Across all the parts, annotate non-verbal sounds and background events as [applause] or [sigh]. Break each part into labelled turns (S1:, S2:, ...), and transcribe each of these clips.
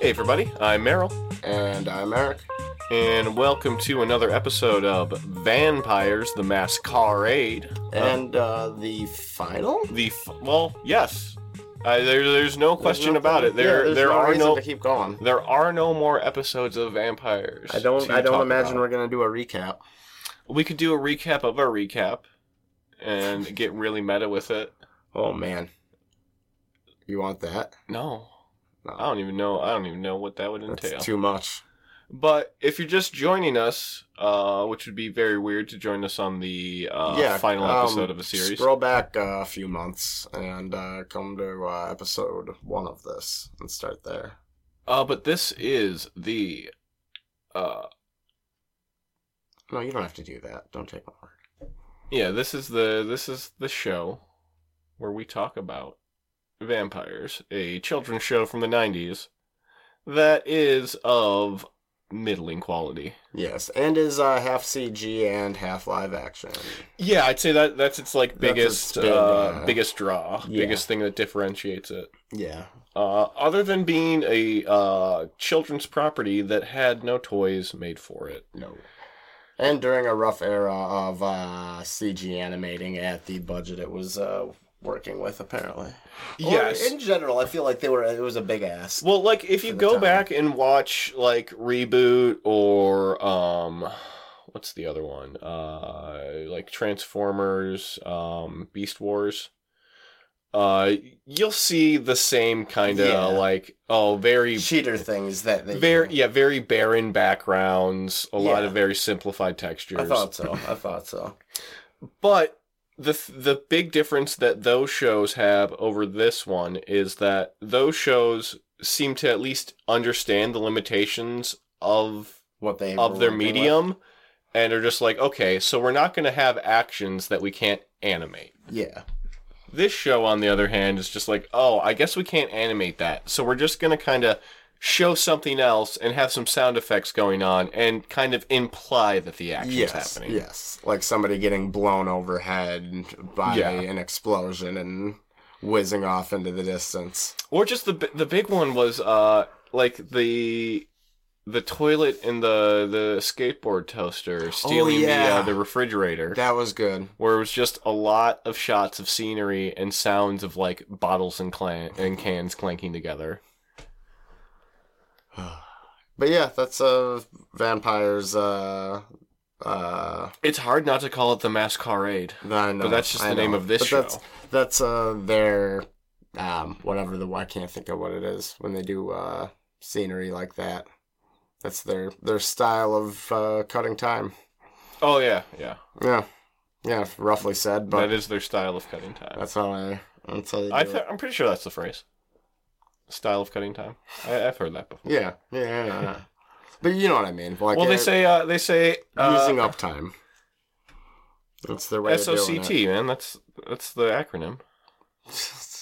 S1: Hey, everybody, I'm Merrill,
S2: And I'm Eric.
S1: and welcome to another episode of Vampires the Masquerade.
S2: And uh, the final?
S1: The, f- well, yes, uh, there, there's no question about it.
S2: Yeah,
S1: There,
S2: there's
S1: there are
S2: reason
S1: no,
S2: to keep going.
S1: there are no more episodes of Vampires.
S2: I don't.
S1: to
S2: I don't
S1: talk
S2: imagine
S1: about.
S2: we're gonna do a recap.
S1: We could do a recap of a recap, and get really meta with it.
S2: Oh man, you want that?
S1: No,
S2: No.
S1: I don't even know. I don't even know what that would
S2: That's
S1: entail.
S2: too much.
S1: But if you're just joining us, uh, which would be very weird to join us on the uh, final
S2: um,
S1: episode of a series.
S2: Scroll back uh, a few months and uh, come to uh, episode one of this and start there.
S1: Uh, but this is the. Uh,
S2: No, you don't have to do that. Don't take my word.
S1: yeah, this is the this is the show where we talk about vampires, a children's show from the '90s that is of middling quality.
S2: Yes, and is uh, half CG and half live action.
S1: Yeah, I'd say that that's its like
S2: That's
S1: biggest
S2: its big,
S1: uh,
S2: uh,
S1: biggest draw,
S2: yeah.
S1: biggest thing that differentiates it.
S2: Yeah.
S1: Uh, other than being a uh, children's property that had no toys made for it.
S2: No. And during a rough era of uh, CG animating at the budget it was uh, working with, apparently. Or in general, I feel like they were. It was a big ass.
S1: Well, like if you
S2: For the
S1: go
S2: time.
S1: back and watch like reboot or um, what's the other one? Uh, like Transformers, um, Beast Wars. Uh, you'll see the same kind of
S2: Yeah.
S1: like oh, very
S2: Cheater things that they.
S1: very yeah, very barren backgrounds, a lot
S2: Yeah.
S1: of very simplified textures.
S2: I thought so. I thought so.
S1: But the th- the big difference that those shows have over this one is that those shows seem to at least understand the limitations of
S2: What they were
S1: of their
S2: working with.
S1: medium and are just like, okay, so we're not going to have actions that we can't animate.
S2: Yeah.
S1: This show on the other hand is just like, oh, I guess we can't animate that. So we're just going to kind of show something else and have some sound effects going on and kind of imply that the action's
S2: Yes.
S1: happening.
S2: Yes. Like somebody getting blown overhead by
S1: Yeah.
S2: an explosion and whizzing off into the distance.
S1: or just the bi- the big one was uh like the the toilet and the the skateboard toaster stealing the
S2: Oh, yeah.
S1: uh, the refrigerator
S2: That was good.
S1: where it was just a lot of shots of scenery and sounds of like bottles and clan- and cans clanking together
S2: But yeah, that's uh vampires. Uh, uh,
S1: it's hard not to call it the masquerade
S2: I know,
S1: But that's just
S2: I
S1: the name
S2: know.
S1: of this
S2: but That's,
S1: show.
S2: that's uh their um whatever the I can't think of what it is when they do uh scenery like that. That's their their style of uh, cutting time.
S1: oh yeah yeah
S2: Yeah, yeah, roughly said, but
S1: that is their style of cutting time
S2: that's how I that's how they do
S1: I
S2: it.
S1: th- i'm pretty sure that's the phrase style of cutting time I- i've heard that before
S2: Yeah, yeah, yeah,
S1: [laughs]
S2: yeah. but you know what I mean. Like
S1: well they
S2: uh,
S1: say uh they say uh,
S2: using up time. That's their way. of doing it.
S1: SOCT, man. That's that's the acronym.
S2: [laughs]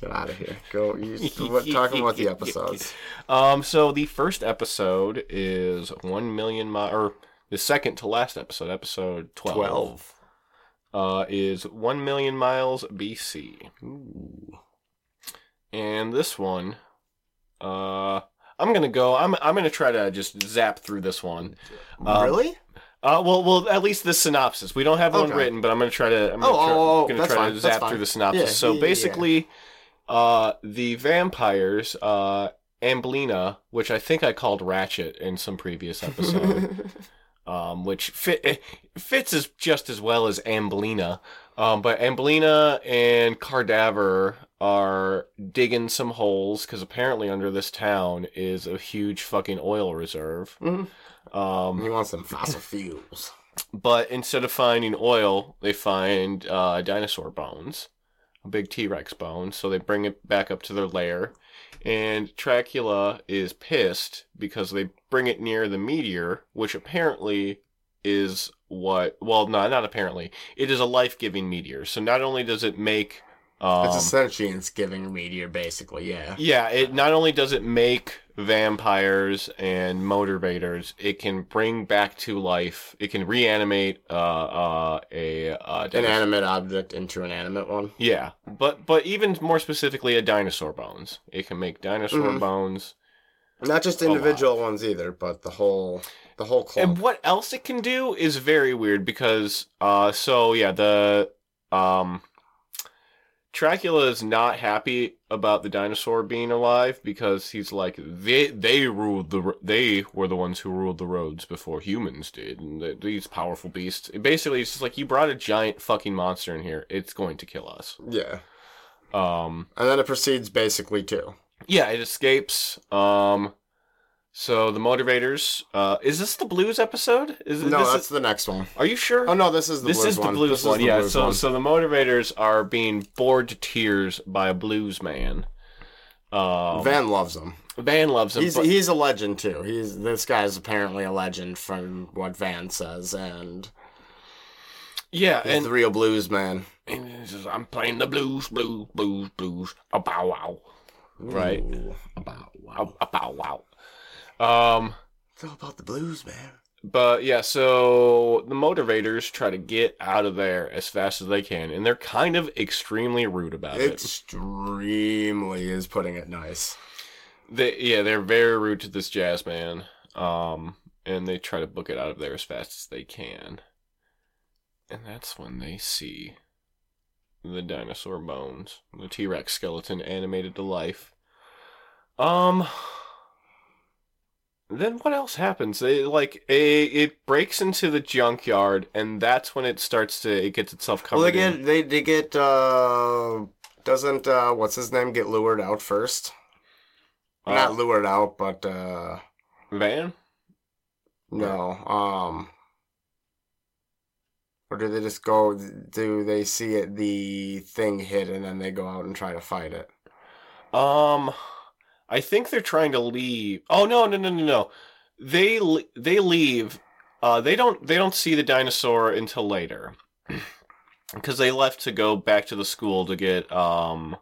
S2: Get out of here. Go. You, what, talking
S1: [laughs]
S2: about the episodes.
S1: Um, so the first episode is one million mi- or the second to last episode, episode twelve, Uh, is one million miles BC,
S2: Ooh.
S1: and this one, uh, I'm gonna go. I'm I'm gonna try to just zap through this one. Um,
S2: really?
S1: Uh, well, well, at least this synopsis. We don't have one
S2: Okay.
S1: written, but I'm gonna try to. I'm gonna
S2: Oh,
S1: try,
S2: oh, oh,
S1: gonna
S2: that's
S1: try
S2: fine,
S1: to
S2: that's
S1: zap
S2: fine.
S1: through the synopsis.
S2: Yeah,
S1: so
S2: yeah, yeah, yeah.
S1: basically, uh, the vampires, uh, Amblina, which I think I called Ratchet in some previous
S2: [laughs]
S1: episode, um, which fit eh, fits as just as well as Amblina, um, but Amblina and Cardaver are digging some holes because apparently under this town is a huge fucking oil reserve.
S2: Mhm.
S1: Um,
S2: he wants some fossil fuels.
S1: but instead of finding oil, they find uh, dinosaur bones, a big T Rex bone. So they bring it back up to their lair. And Dracula is pissed because they bring it near the meteor, which apparently is what. Well, no, not apparently. It is a life giving meteor. So not only does it make. Um,
S2: it's a sentience giving meteor, basically. Yeah.
S1: yeah, it not only does it make vampires and motivators, it can bring back to life. It can reanimate uh, uh, a uh,
S2: An
S1: dinosaur.
S2: animate object into an animate one.
S1: yeah, but but even more specifically, a dinosaur bones. It can make dinosaur
S2: Mhm.
S1: bones.
S2: Not just individual ones either, but the whole the whole club.
S1: And what else it can do is very weird because uh so yeah, the um Dracula is not happy about the dinosaur being alive because he's like they they ruled the ro- they were the ones who ruled the roads before humans did and th- these powerful beasts. basically, it's just like you brought a giant fucking monster in here. It's going to kill us.
S2: yeah,
S1: Um
S2: and then it proceeds basically too.
S1: yeah, it escapes. Um so the motivators uh is this the blues episode? Is
S2: No,
S1: this
S2: that's the next one.
S1: Are you sure?
S2: Oh no, this is the
S1: this
S2: blues
S1: is the
S2: one.
S1: blues
S2: This is
S1: one.
S2: the
S1: yeah.
S2: blues
S1: so
S2: one.
S1: so the motivators are being bored to tears by a blues man. Um, Van,
S2: Van loves him.
S1: loves him.
S2: He's
S1: but-
S2: he's a legend too. He's this guy's apparently a legend from what Van says, and
S1: yeah,
S2: he's
S1: and,
S2: the real blues man.
S1: and he says, "I'm playing the blues, blues, blues, blues." A bow wow, Right.
S2: Ooh, about
S1: a,
S2: wow.
S1: a bow wow. Um,
S2: It's all about the blues, man.
S1: but yeah, so the motivators try to get out of there as fast as they can, and they're kind of extremely rude about it.
S2: Extremely is putting it nice.
S1: They yeah, they're very rude to this jazz man. Um, and they try to book it out of there as fast as they can. And that's when they see the dinosaur bones, the T Rex skeleton animated to life. Um. Then what else happens? They like a it breaks into the junkyard, and that's when it starts to it gets itself covered.
S2: Well, they
S1: in-
S2: get they they get uh doesn't uh what's his name get lured out first?
S1: Uh,
S2: Not lured out, but uh
S1: van.
S2: no um. Or do they just go? Do they see it, the thing hit, and then they go out and try to fight it?
S1: Um, I think they're trying to leave. Oh no, no, no, no, no. They le- they leave. Uh, they don't they don't see the dinosaur until later, [clears throat] because they left to go back to the school to get um,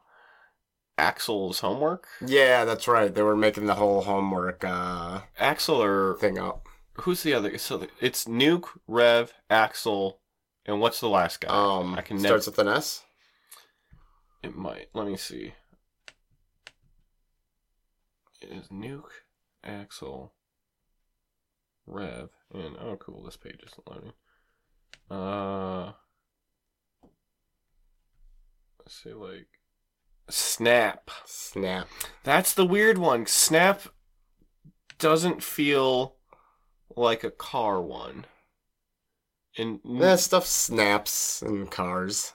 S1: Axel's homework.
S2: Yeah, that's right. They were making the whole homework uh
S1: Axel or
S2: thing up.
S1: who's the other? So it's Nuke, Rev, Axel, and what's the last guy?
S2: Um,
S1: I can never.
S2: starts with an S.
S1: It might. Let me see. It is Nuke, Axel, Rev, and oh, cool. This page isn't loading. Uh, let's see, like Snap.
S2: Snap.
S1: That's the weird one. Snap doesn't feel like a car one. And
S2: That stuff snaps in cars.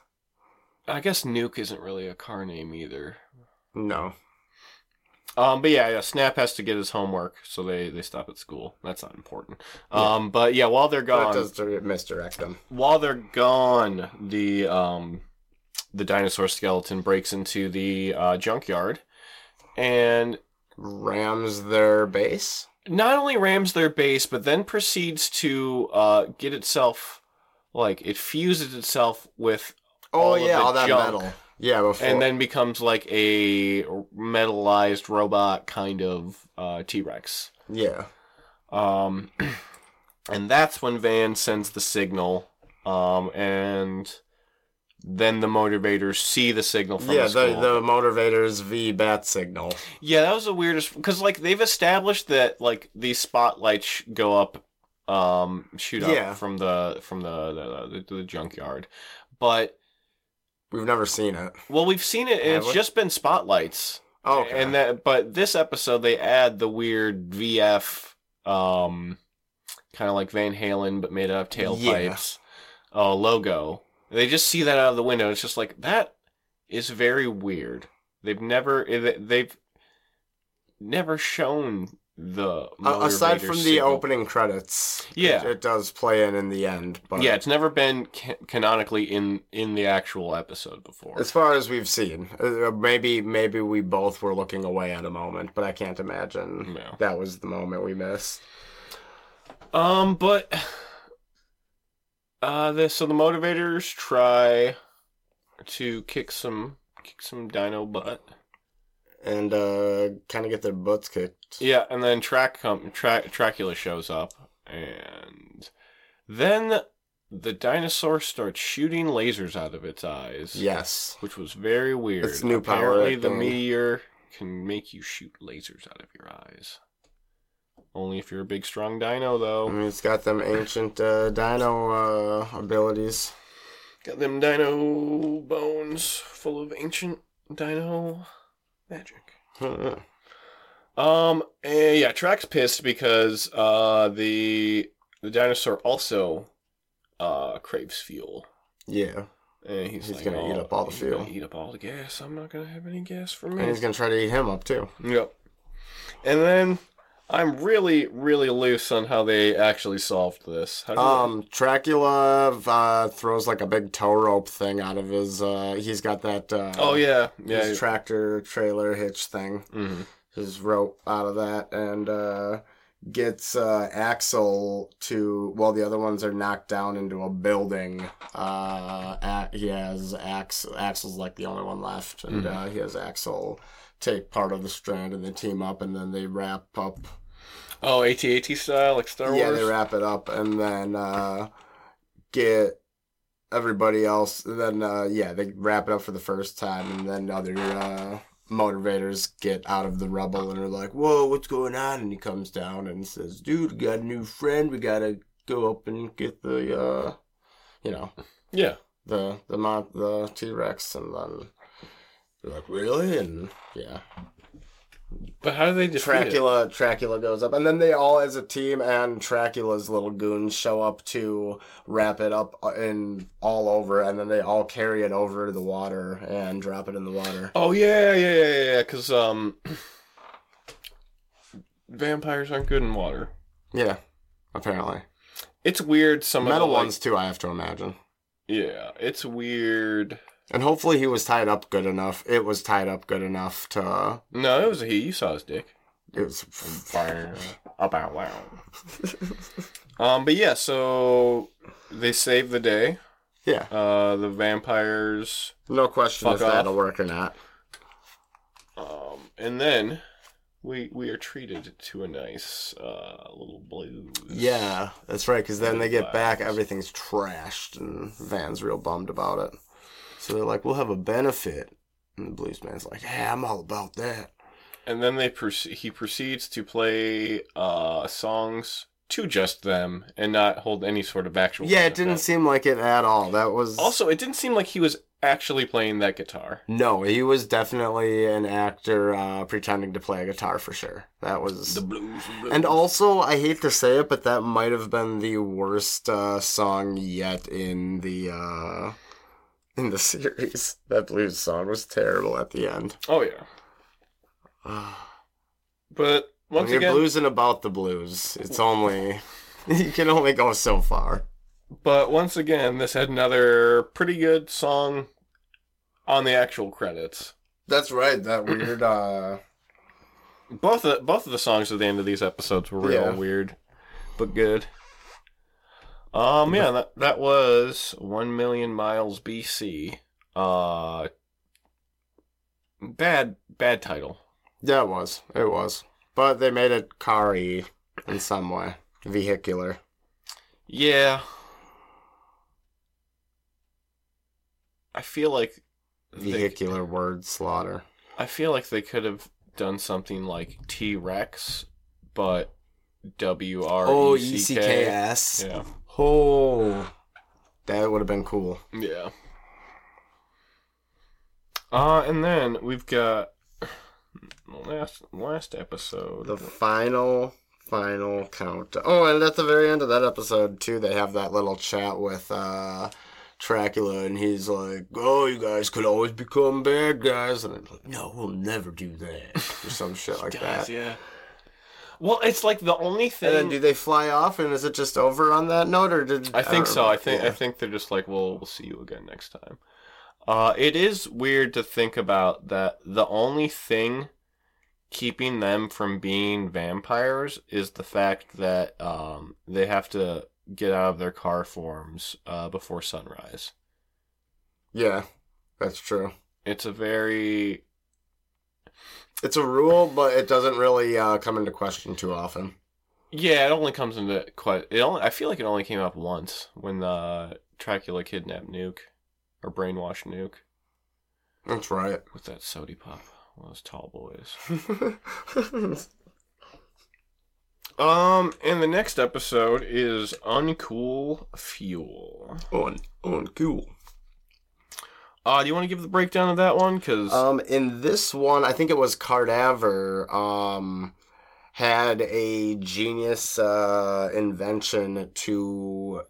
S1: I guess Nuke isn't really a car name either.
S2: No.
S1: Um, but yeah, yeah, Snap has to get his homework, so they they stop at school. That's not important. Um, but yeah, while they're
S2: That
S1: gone,
S2: does dir- misdirect them.
S1: while they're gone, the um, the dinosaur skeleton breaks into the uh, junkyard, and
S2: Rams their base.
S1: not only rams their base, but then proceeds to uh, get itself like it fuses itself with,
S2: Oh
S1: All of
S2: yeah,
S1: the
S2: all that
S1: junk.
S2: metal. Yeah, before
S1: and then becomes like a metalized robot kind of uh, T Rex.
S2: yeah.
S1: Um, and that's when Van sends the signal. Um, and then the motivators see the signal from
S2: Yeah,
S1: the
S2: the,
S1: school.
S2: the motivators V bat signal.
S1: Yeah, that was the weirdest because like they've established that like these spotlights sh- go up, um, shoot up
S2: Yeah.
S1: from the from the the, the the junkyard, but
S2: We've never seen it.
S1: well we've seen it and
S2: Have
S1: it's
S2: we?
S1: just been spotlights.
S2: Oh, okay.
S1: And that, but this episode they add the weird VF, um, kind of like Van Halen but made out of tailpipes, uh, logo. They just see that out of the window. It's just like that is very weird. They've never eh, they've never shown the
S2: A- aside
S1: motivator
S2: from the
S1: signal.
S2: opening credits,
S1: Yeah.
S2: it, it does play in in the end. But
S1: Yeah, it's never been ca- canonically in in the actual episode before.
S2: As far as we've seen, uh, maybe maybe we both were looking away at a moment, but I can't imagine
S1: No.
S2: that was the moment we missed.
S1: Um, but uh, this so the motivators try to kick some kick some dino butt.
S2: And uh, kind of get their butts kicked.
S1: Yeah, and then track com track Dracula shows up, and then the dinosaur starts shooting lasers out of its eyes.
S2: Yes.
S1: which was very weird.
S2: It's new power,
S1: Apparently,
S2: I
S1: the
S2: think.
S1: meteor can make you shoot lasers out of your eyes. Only if you're a big, strong dino, though.
S2: I mean, it's got them ancient uh, dino uh, abilities. [laughs]
S1: Got them dino bones full of ancient dino magic. Um, and yeah, Track's pissed because uh, the the dinosaur also uh, craves fuel.
S2: yeah.
S1: And he's,
S2: He's
S1: like,
S2: gonna eat
S1: "Oh,
S2: up all the
S1: he's gonna
S2: fuel."
S1: Eat up all the gas. I'm not gonna have any gas for me.
S2: And he's going to try to eat him up, too.
S1: Yep. And then I'm really, really loose on how they actually solved this. How do
S2: Um, Dracula uh, throws like a big tow rope thing out of his. Uh, he's got that. Uh,
S1: oh yeah, yeah.
S2: His tractor trailer hitch thing.
S1: hmm
S2: his rope out of that and uh, gets uh, Axel to. Well, the other ones are knocked down into a building. Uh, a- he has Ax- Axel's like the only one left, and
S1: Mhm.
S2: uh, he has Axel take part of the strand and they team up and then they wrap up.
S1: Oh, AT-AT style, like Star
S2: yeah,
S1: Wars.
S2: they wrap it up and then uh, get. Everybody else, and then uh, yeah, they wrap it up for the first time, and then other uh, motivators get out of the rubble and are like, "Whoa, what's going on?" And he comes down and says, "Dude, we got a new friend. We gotta go up and get the, uh, you know,
S1: yeah.
S2: the the mon- the T Rex." And then they're like, "Really?" And yeah,
S1: But how do they defeat it?
S2: Dracula Dracula goes up, and then they all, as a team, and Dracula's little goons show up to wrap it up in all over, and then they all carry it over to the water and drop it in the water.
S1: Oh yeah, yeah, yeah, yeah, yeah. Because um, [clears throat] vampires aren't good in water.
S2: Yeah, apparently.
S1: It's weird. Some of
S2: Metal
S1: the, like-
S2: ones too, I have to imagine.
S1: yeah, it's weird.
S2: And hopefully he was tied up good enough. It was tied up good enough to.
S1: No, it was a he. You saw his dick.
S2: It was fire.
S1: About wow. um, but yeah, so they save the day.
S2: Yeah,
S1: Uh, the vampires.
S2: no question
S1: Fuck
S2: if
S1: off.
S2: that'll work or not.
S1: Um, and then we we are treated to a nice uh, little blues.
S2: Yeah, that's right. Because then they get back,
S1: Vibes.
S2: everything's trashed, and Van's real bummed about it. So they're like, "We'll have a benefit," and the blues man's like, "Hey, I'm all about that."
S1: And then they proce- he proceeds to play uh, songs to just them and not hold any sort of actual.
S2: yeah, it
S1: benefit.
S2: didn't seem like it at all. That was
S1: Also, it didn't seem like he was actually playing that guitar.
S2: no. He was definitely an actor uh, pretending to play a guitar for sure. That was
S1: The blues. the blues.
S2: And also, I hate to say it, but that might have been the worst uh, song yet in the uh, in the [laughs] series. That blues song was terrible at the end. [sighs]
S1: oh yeah, Ah. but once
S2: when you're
S1: again,
S2: bluesing about the blues, it's only [laughs] you can only go so far.
S1: but once again, this had another pretty good song on the actual credits.
S2: That's right. That weird. uh
S1: Both of, both of the songs at the end of these episodes were real
S2: Yeah.
S1: weird, but good. Um, yeah, that, that was one million miles BC. Uh, bad bad title.
S2: Yeah, it was. It was. But they made it car-y in some way, vehicular.
S1: Yeah, I feel like they,
S2: Vehicular word slaughter.
S1: I feel like they could have done something like T Rex, but W R E C K.
S2: S.
S1: Yeah,
S2: Oh, that would have been cool.
S1: Yeah. Uh, and then we've got the last last episode.
S2: The final, final count. Oh, and at the very end of that episode too, they have that little chat with uh Dracula, and he's like, "Oh, you guys could always become bad guys," and I'm like, "No, we'll never do that," or some shit
S1: [laughs]
S2: like that.
S1: yeah. Well, it's like the only
S2: And then
S1: thing.
S2: do they fly off, and is it just over on that note, or did
S1: I think
S2: or-
S1: so. I think I
S2: yeah.
S1: think they're just like, well, we'll see you again next time. Uh, it is weird to think about that. The only thing keeping them from being vampires is the fact that um, they have to get out of their car forms uh, before sunrise.
S2: yeah, that's true.
S1: It's a very
S2: It's a rule, but it doesn't really uh, come into question too often.
S1: Yeah, it only comes into quite. It only. I feel like it only came up once when uh, Dracula kidnapped Nuke, or brainwashed Nuke [laughs]
S2: That's right. [laughs]
S1: with that sody pop. One of those tall boys. Um, and the next episode is Uncool Fuel.
S2: On on cool.
S1: Uh, do you want to give the breakdown of that one? Because
S2: Um, in this one, I think it was Cardaver, um, had a genius uh, invention to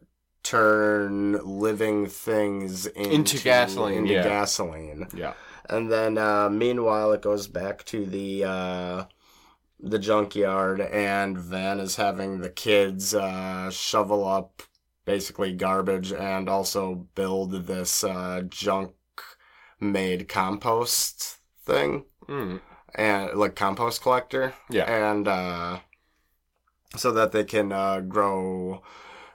S2: turn living things into,
S1: gasoline,
S2: Into
S1: yeah.
S2: gasoline.
S1: yeah,
S2: And then, uh, meanwhile, it goes back to the uh, the junkyard, and Van is having the kids uh, shovel up basically garbage and also build this uh, junk made compost thing
S1: Mm,
S2: and like compost collector
S1: yeah,
S2: and uh, so that they can uh, grow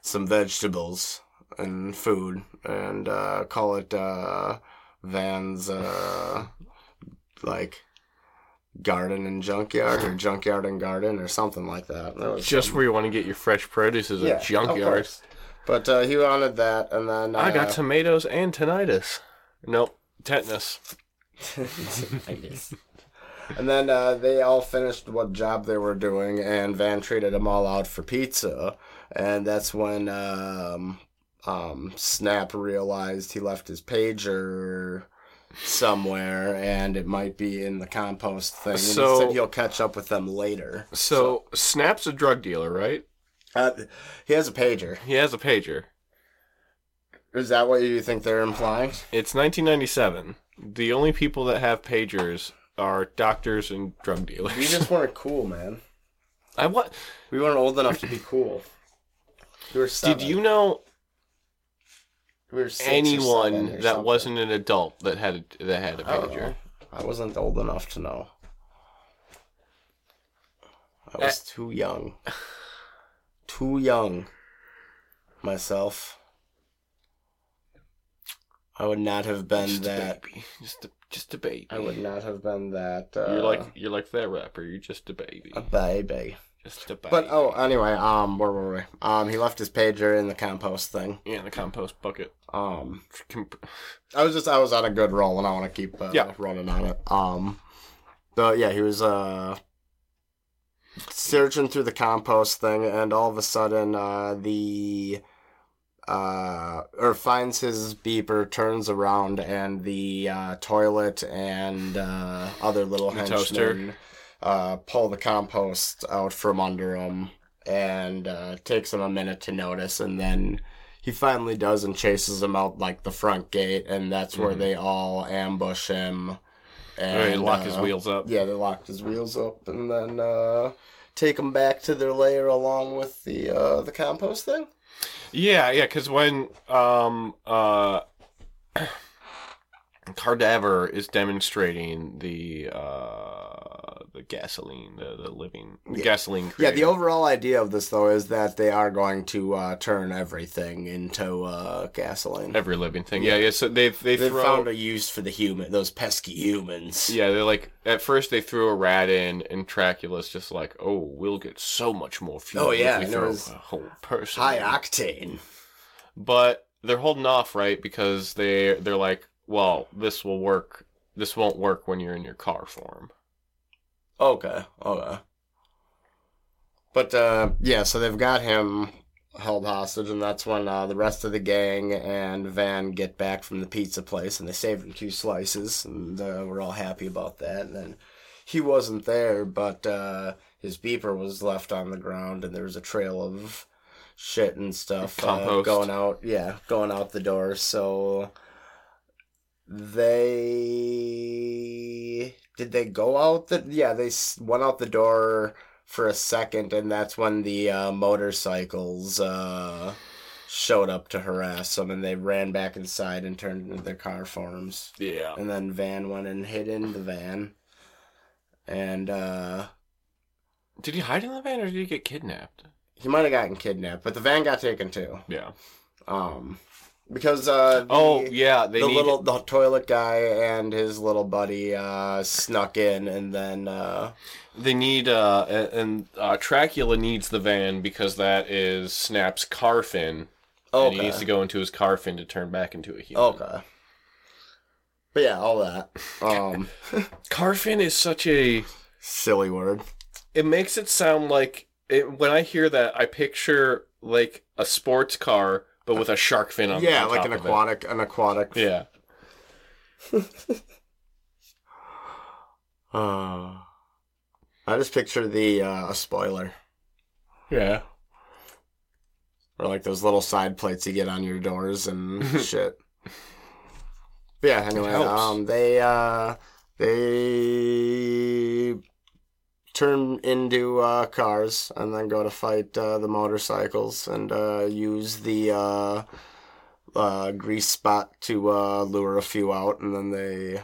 S2: some vegetables and food and uh, call it uh, Van's uh, like garden and junkyard or junkyard and garden or something like that. that was
S1: just where you want to get your fresh produce is
S2: Yeah,
S1: a
S2: of
S1: junkyard.
S2: course. But uh, he wanted that, and then uh,
S1: I got tomatoes and tinnitus. Nope, tetanus. [laughs]
S2: I guess. And then uh, they all finished what job they were doing, and Van treated them all out for pizza. And that's when um, um, Snap realized he left his pager somewhere, and it might be in the compost thing. And
S1: So-
S2: he said he'll catch up with them later.
S1: So Snap's a drug dealer, right?
S2: Uh, he has a pager.
S1: He has a pager.
S2: Is that what you think they're implying?
S1: It's 1997. The only people that have pagers are doctors and drug dealers.
S2: We just weren't cool, man.
S1: [laughs] I what?
S2: We weren't old enough to be cool. We were seven.
S1: Did you know
S2: We were six or seven or
S1: anyone that
S2: something. Oh,
S1: wasn't an adult that had a, that had a
S2: I don't
S1: pager?
S2: know. I wasn't old enough to know. I was
S1: Eh.
S2: too young. Too young. Myself. I would not have been
S1: Just a
S2: that.
S1: baby. [laughs] Just a, just a baby.
S2: I would not have been that. Uh,
S1: You're like you're like that rapper. You're just a baby.
S2: a baby.
S1: Just a baby.
S2: But oh, anyway, um, where were we? Um, he left his pager in the compost thing.
S1: yeah, in the compost bucket.
S2: Um,
S1: Comp-
S2: I was just I was on a good roll and I want to keep uh,
S1: Yeah.
S2: running on it. Um, but yeah, he was uh searching through the compost thing, and all of a sudden, uh, the uh or finds his beeper, turns around, and the uh, toilet and uh, other little
S1: The toaster.
S2: henchmen uh, pull the compost out from under him, and uh, takes him a minute to notice, and then he finally does and chases him out like the front gate, and that's where
S1: Mhm.
S2: they all ambush him.
S1: Or
S2: And
S1: you lock his
S2: uh,
S1: wheels up.
S2: Yeah, they locked his wheels up, and then uh, take him back to their lair along with the uh, the compost thing.
S1: Yeah, yeah, because when um uh [clears throat] Cardaver is demonstrating the uh the gasoline, the, the living the
S2: Yeah.
S1: gasoline
S2: Yeah,
S1: creator.
S2: the overall idea of this though is that they are going to uh, turn everything into uh, gasoline.
S1: every living thing. Yeah, yeah. So they they
S2: They
S1: throw
S2: found a use for the human, those pesky humans.
S1: yeah, they're like at first they threw a rat in, and Dracula's just like, "Oh, we'll get so much more fuel."
S2: Oh,
S1: if
S2: yeah,
S1: we
S2: and there
S1: throw
S2: was
S1: a whole person.
S2: High
S1: in."
S2: octane.
S1: but they're holding off, right? Because they they're like, "Well, this will work. This won't work when you're in your car form."
S2: Okay, okay. But uh, yeah, so they've got him held hostage, and that's when uh, the rest of the gang and Van get back from the pizza place, and they saved him two slices, and uh, we're all happy about that. And then he wasn't there, but uh, his beeper was left on the ground, and there was a trail of shit and stuff uh,
S1: Compost.
S2: going out. Yeah, going out the door. So they did they go out the yeah they s- went out the door for a second and that's when the uh, motorcycles uh, showed up to harass them and they ran back inside and turned into their car forms
S1: Yeah.
S2: and then van went and hid in the van and uh,
S1: Did he hide in the van or did he get kidnapped?
S2: he might have gotten kidnapped but the van got taken too
S1: Yeah.
S2: um, because uh, the-
S1: Oh yeah, they
S2: the
S1: need-
S2: little the toilet guy and his little buddy uh, snuck in, and then uh,
S1: They need uh a- and uh Dracula needs the van because that is Snap's car fin. And
S2: okay, Oh,
S1: he needs to go into his car fin to turn back into a human.
S2: okay, but yeah, all that
S1: [laughs]
S2: um,
S1: Car fin is such a
S2: silly word.
S1: it makes it sound like it, when I hear that, I picture like a sports car, but with a shark fin on.
S2: yeah,
S1: on
S2: like
S1: top
S2: an
S1: of it.
S2: aquatic, an aquatic.
S1: Yeah,
S2: Uh, I just picture the uh, a spoiler
S1: yeah.
S2: or like those little side plates you get on your doors and shit. But yeah. Anyway,
S1: helps.
S2: um, they uh, they turn into uh, cars and then go to fight uh, the motorcycles and uh, use the uh, uh, grease spot to uh, lure a few out and then they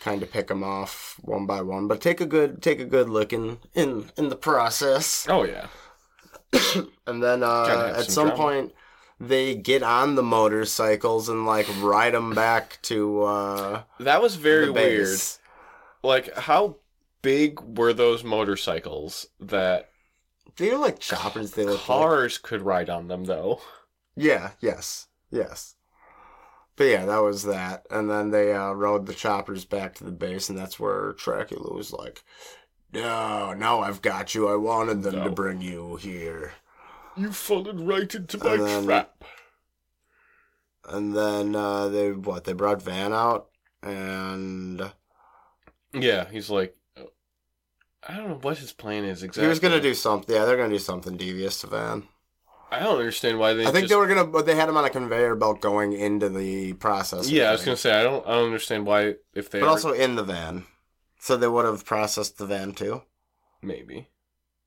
S2: kind of pick them off one by one but take a good take a good look in in, in the process
S1: Oh yeah.
S2: [coughs] and then
S1: Gotta
S2: uh,
S1: have
S2: at
S1: some
S2: some
S1: drama.
S2: point, they get on the motorcycles and like ride them back to uh,
S1: That was very
S2: the
S1: weird.
S2: base.
S1: Like, how big were those motorcycles that
S2: They're like choppers. They look like.
S1: cars could ride on them, though?
S2: Yeah. Yes. Yes. But yeah, that was that. And then they uh, rode the choppers back to the base, and that's where Dracula was like, "No, no, I've got you. I wanted them to
S1: No.
S2: bring you here."
S1: You fallen right into
S2: my And then- trap. And then uh, they what? They brought Van out, and
S1: Yeah, he's like, "Oh, I don't know what his plan is exactly.
S2: he was gonna do something. Yeah, they're gonna do something devious to Van.
S1: I don't understand why they.
S2: I think
S1: just-
S2: they were gonna, but they had him on a conveyor belt going into the process.
S1: Yeah, I was gonna say I don't. I don't understand why if they.
S2: but
S1: are-
S2: also in the van, so they would have processed the van too.
S1: maybe.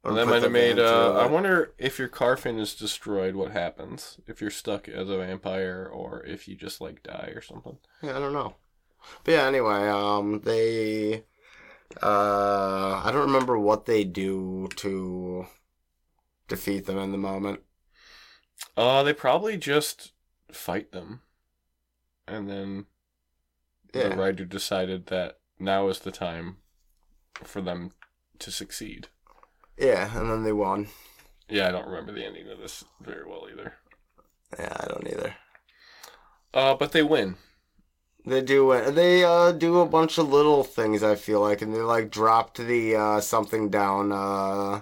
S2: Or
S1: that
S2: put
S1: might
S2: the
S1: have made.
S2: van
S1: Uh,
S2: through
S1: I
S2: it.
S1: wonder if your car fin is destroyed, what happens? If you're stuck as a vampire, or if you just like die or something.
S2: Yeah, I don't know. But yeah, anyway, um, they, uh, I don't remember what they do to defeat them in the moment.
S1: Uh, they probably just fight them, and then the
S2: Yeah,
S1: writer decided that now is the time for them to succeed.
S2: yeah, and then they won.
S1: Yeah, I don't remember the ending of this very well either.
S2: Yeah, I don't either.
S1: Uh, but they win.
S2: They do. win. They uh, do a bunch of little things. I feel like, and they like dropped the uh, something down uh,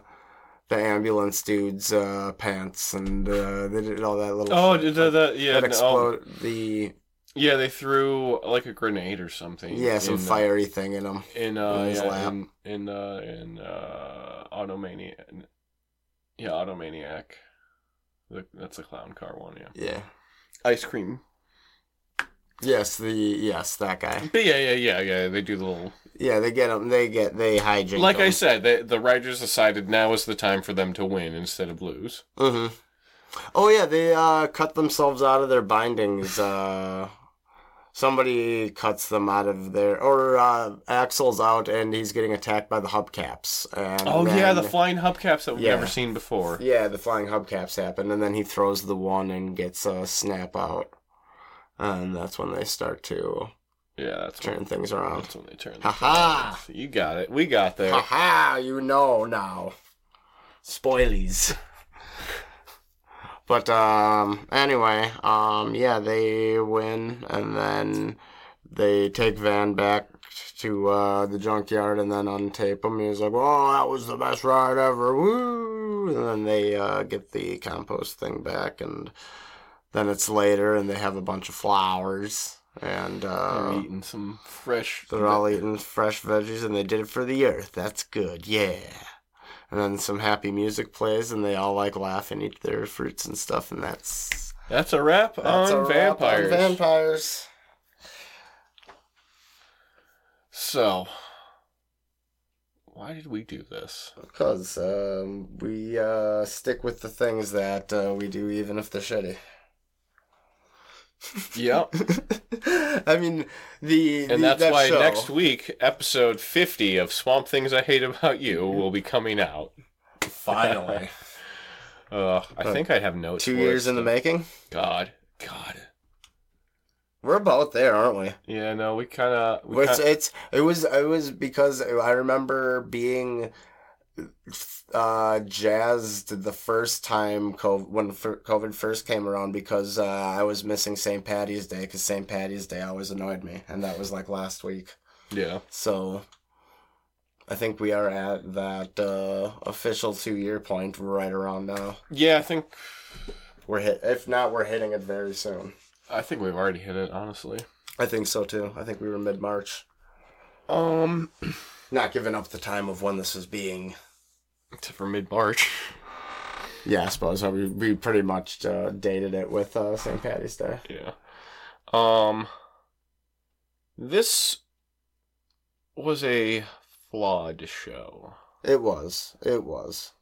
S2: the ambulance dude's uh, pants, and uh, they did all that little.
S1: Oh,
S2: shit.
S1: did that, that-
S2: That
S1: yeah, no, oh,
S2: explode the
S1: yeah. They threw like a grenade or something.
S2: yeah some
S1: in, uh,
S2: fiery thing in them.
S1: in uh
S2: in his
S1: yeah,
S2: lap.
S1: in in uh, in uh, Automaniac. Yeah, Automaniac. The- That's a clown car one. Yeah.
S2: Yeah.
S1: Ice cream.
S2: Yes, the yes that guy.
S1: But yeah, yeah, yeah, yeah. They do the little.
S2: Yeah, they get them. They get they hydrate.
S1: Like I said, they, the writers decided now is the time for them to win instead of lose.
S2: hmm Oh yeah, they uh, cut themselves out of their bindings. Uh, somebody cuts them out of their or uh, Axel's out, and he's getting attacked by the hubcaps. And
S1: Oh yeah, the
S2: then-
S1: flying hubcaps that we've
S2: Yeah.
S1: never seen before.
S2: yeah the flying hubcaps happen, and then he throws the one and gets a snap out, and that's when they start to
S1: Yeah, that's when,
S2: turn things around.
S1: that's when they turn.
S2: Ha ha!
S1: You got it. We got there.
S2: Ha ha! You know now. Spoilies. but um, anyway, um, yeah, they win, and then they take Van back to uh, the junkyard, and then untape him. He's like, "Oh, that was the best ride ever!" Woo! And then they uh, get the compost thing back, and then it's later, and they have a bunch of flowers, and
S1: They're
S2: uh,
S1: eating some fresh.
S2: they're all eating fresh veggies and they did it for the earth. That's good, yeah. And then some happy music plays and they all like laugh and eat their fruits and stuff and that's
S1: That's a wrap on
S2: that's a wrap on
S1: vampires.
S2: vampires.
S1: so, why did we do this?
S2: Because um, we uh, stick with the things that uh, we do even if they're shitty.
S1: Yep.
S2: [laughs] I mean the the-
S1: And that's
S2: that
S1: why
S2: show-
S1: next week, episode 50 of Swamp Things I Hate About You will be coming out.
S2: Mm-hmm. [laughs] finally
S1: [laughs] Uh, I think I have notes.
S2: [laughs] two
S1: for
S2: years
S1: it,
S2: in the
S1: so-
S2: making.
S1: God. God.
S2: We're about there, aren't we?
S1: Yeah, no, we kind of.
S2: Well, It's, it's it was it was because I remember being uh jazzed the first time COVID, when fir- COVID first came around because uh, I was missing St. Patty's Day because St. Patty's Day always annoyed me and that was like last week.
S1: Yeah.
S2: So I think we are at that uh, official two year point right around now.
S1: Yeah, I think
S2: We're hit. If not, we're hitting it very soon.
S1: I think we've already hit it, honestly.
S2: I think so too. I think we were mid March.
S1: Um,
S2: Not giving up the time of when this is being.
S1: except for mid March.
S2: Yeah, I suppose we we pretty much uh, dated it with uh, St. Patty's Day.
S1: [laughs] Yeah. Um. This was a flawed show.
S2: It was. It was.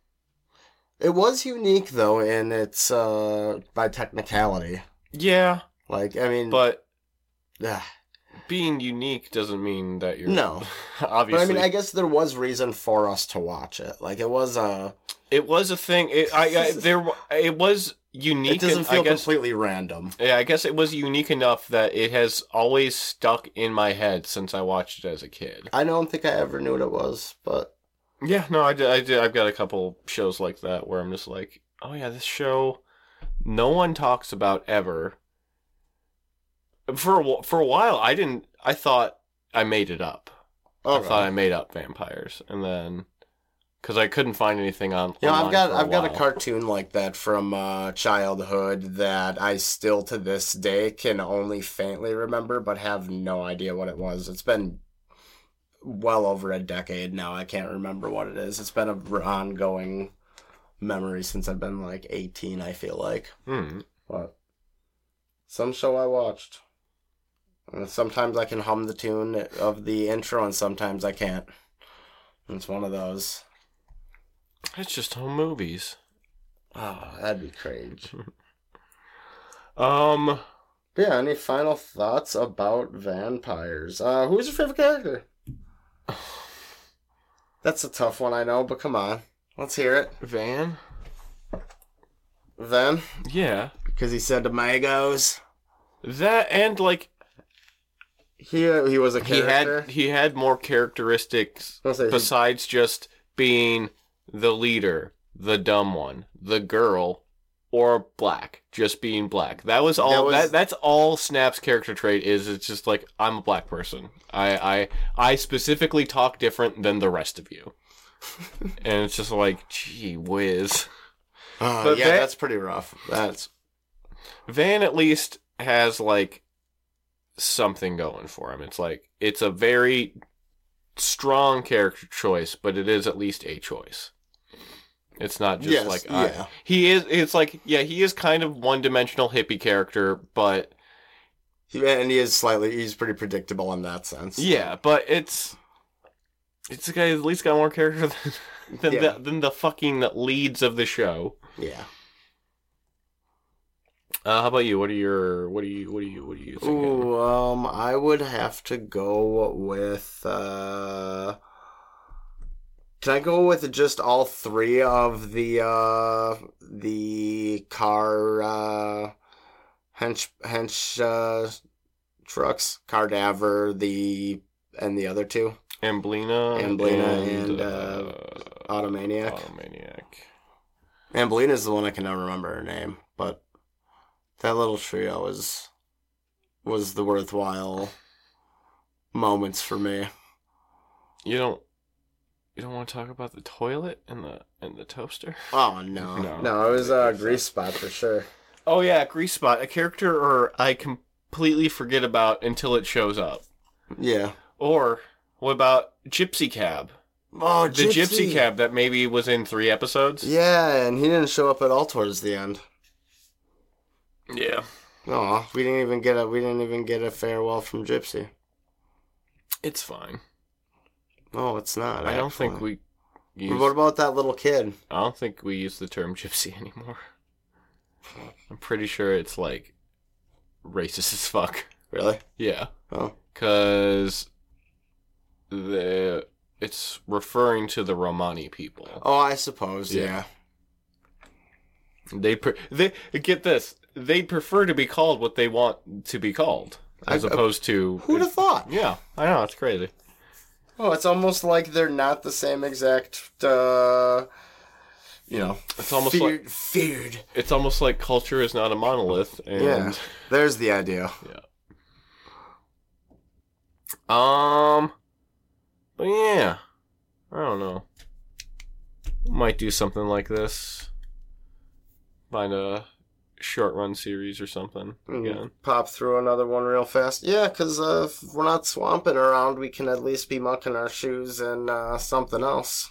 S2: It was unique though in its uh, by technicality.
S1: Yeah,
S2: Like I mean,
S1: but
S2: ugh.
S1: being unique doesn't mean that you're
S2: No. but I
S1: [laughs] obviously,
S2: mean, I guess there was reason for us to watch it. Like it was uh,
S1: it was a thing. It, I,
S2: [laughs]
S1: I there wa- it was unique.
S2: it doesn't
S1: and
S2: feel
S1: I guess,
S2: completely random.
S1: yeah, I guess it was unique enough that it has always stuck in my head since I watched it as a kid.
S2: I don't think I ever knew what it was, but
S1: Yeah, no, I did, I did. I've got a couple shows like that where I'm just like, oh yeah, this show no one talks about ever. For a, wh- for a while, I didn't. I thought I made it up.
S2: Oh,
S1: I thought I made up vampires, and then because I couldn't find anything on.
S2: Yeah, I've
S1: online
S2: got
S1: for
S2: I've got a
S1: while.
S2: cartoon like that from uh, childhood that I still to this day can only faintly remember, but have no idea what it was. It's been well over a decade now. I can't remember what it is. It's been a r- ongoing memory since I've been like eighteen. I feel like,
S1: Hmm.
S2: but some show I watched. And sometimes I can hum the tune of the intro, and sometimes I can't. It's one of those.
S1: It's just home movies.
S2: Oh, that'd be cringe.
S1: Um, [sighs]
S2: But yeah, any final thoughts about vampires? Uh, who's your favorite character? That's a tough one, I know, but come on. Let's hear it.
S1: Van.
S2: Then,
S1: Yeah,
S2: because he said to Magos,
S1: that and like
S2: he, he was a
S1: he
S2: character.
S1: had he had more characteristics
S2: I'll say he-
S1: besides just being the leader, the dumb one, the girl, or black, just being black. That was all. That
S2: That was-
S1: that's all Snap's character trait is. It's just like I'm a black person. I I I specifically talk different than the rest of you. and it's just like, gee whiz.
S2: Uh,
S1: but
S2: yeah,
S1: Van-
S2: that's pretty rough. That's
S1: Van at least has like something going for him. It's like it's a very strong character choice, but it is at least a choice. It's not just
S2: yes,
S1: like I-
S2: yeah.
S1: he is. It's like yeah, he is kind of one dimensional hippie character, but
S2: He, and he is slightly, he's pretty predictable in that sense.
S1: yeah, but it's it's a guy who's at least got more character [laughs] than than,
S2: Yeah.
S1: the, than the fucking leads of the show.
S2: Yeah.
S1: Uh, how about you? What are your what are you what are you what are you thinking?
S2: Ooh, um, I would have to go with. Uh, can I go with just all three of the uh, the car uh, hench hench uh, trucks, Cardaver, the and the other two,
S1: Amblina, uh,
S2: Amblina and, uh, Automaniac.
S1: Automaniac.
S2: Ambulina's the one I can never remember her name, but that little trio was was the worthwhile moments for me.
S1: You don't. You don't want to talk about the toilet and the and the toaster.
S2: Oh no,
S1: No.
S2: no, it was a uh, grease spot for sure.
S1: Oh yeah, grease spot. A character or I completely forget about until it shows up.
S2: Yeah.
S1: Or what about Gypsy Cab?
S2: Oh,
S1: The Gypsy, Cab that maybe was in three episodes.
S2: Yeah, and he didn't show up at all towards the end.
S1: Yeah.
S2: No, we didn't even get a we didn't even get a farewell from Gypsy.
S1: It's fine.
S2: No, it's not.
S1: I don't think
S2: actually.
S1: we. Use,
S2: What about that little kid?
S1: I don't think we use the term gypsy [laughs] anymore. I'm pretty sure it's like racist as fuck.
S2: Really?
S1: Yeah.
S2: Oh,
S1: because the it's referring to the Romani people.
S2: oh, I suppose.
S1: Yeah.
S2: Yeah.
S1: They pre- they get this. They prefer to be called what they want to be called, as
S2: I- I-
S1: opposed to
S2: Who'd have thought?
S1: yeah. I know it's crazy.
S2: Oh, it's almost like they're not the same exact. Uh, you know,
S1: It's almost
S2: feared, feared.
S1: It's almost like culture is not a monolith. And,
S2: Yeah, there's the idea.
S1: Um. But yeah, do something like this. Find a short run series or something.
S2: Mm,
S1: Yeah.
S2: Pop through another one real fast. Yeah, because uh, if we're not swamping around, we can at least be mucking our shoes and uh, something else.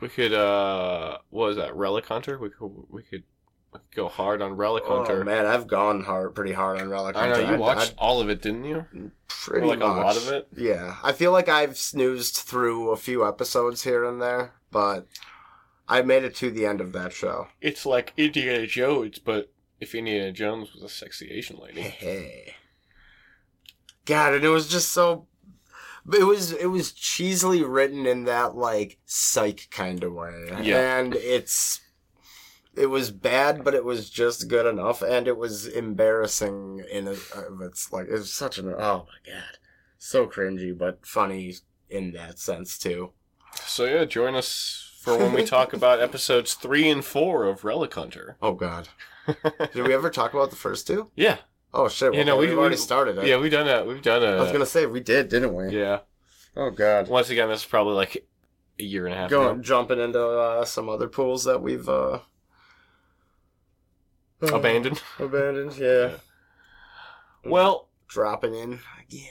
S1: We could uh what was that, Relic Hunter? We could we could go hard on Relic
S2: Oh
S1: Hunter.
S2: man, I've gone hard, pretty hard on Relic
S1: I
S2: Hunter.
S1: know you watched
S2: I-
S1: all of it, didn't you?
S2: pretty
S1: like, a
S2: much.
S1: lot of it?
S2: Yeah, I feel like I've snoozed through a few episodes here and there, but I made it to the end of that show.
S1: It's like Indiana Jones, but if Indiana Jones was a sexy Asian lady.
S2: Hey. God, and it was just so. It was it was cheesily written in that like psych kind of way,
S1: Yeah.
S2: and it's it was bad, but it was just good enough, and it was embarrassing in a, of its like it was such an oh my god, so cringy but funny in that sense too.
S1: So yeah, join us for when we
S2: [laughs]
S1: talk about episodes three and four of Relic Hunter.
S2: Oh god, did we ever talk about the first two?
S1: Yeah.
S2: Oh shit,
S1: You
S2: well,
S1: know, we-
S2: we've already
S1: we-
S2: started it.
S1: Yeah, we've done a we've done a
S2: I was gonna say we did, didn't we?
S1: Yeah.
S2: Oh god.
S1: Once again, this is probably like a year and a half ago.
S2: going jumping into uh, some other pools that we've uh, uh,
S1: Abandoned.
S2: Abandoned, yeah.
S1: Well,
S2: Dropping in again.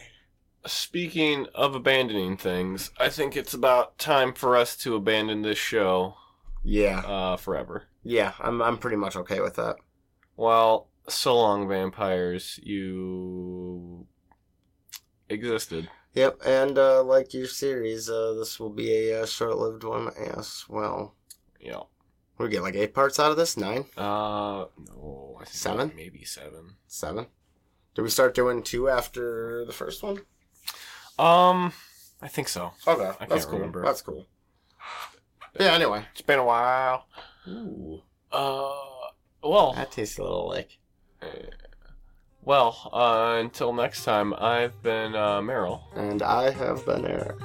S1: speaking of abandoning things, I think it's about time for us to abandon this show
S2: Yeah,
S1: uh, forever.
S2: yeah. I'm I'm pretty much okay with that.
S1: Well, so long, vampires. You existed.
S2: Yep, and uh, like your series, uh, this will be a uh, short-lived one as well.
S1: Yeah.
S2: We get like eight parts out of this. Nine,
S1: Uh, no. I think
S2: Seven?
S1: like Maybe seven.
S2: seven. Do we start doing two after the first one?
S1: Um, I think so.
S2: Okay,
S1: can't
S2: that's cool.
S1: remember.
S2: That's cool. Yeah. Anyway.
S1: It's been a while.
S2: Ooh,
S1: Uh, well.
S2: that tastes a little like.
S1: Well, uh, until next time, I've been uh, Meryl,
S2: And I have been Eric.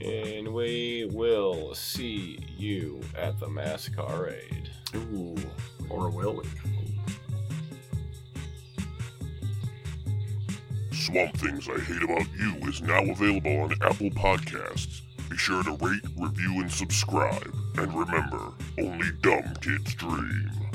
S1: and we will see you at the masquerade.
S2: Ooh, or will we?
S3: Swamp Things I Hate About You is now available on Apple Podcasts. Be sure to rate, review, and subscribe. And remember, only dumb kids dream.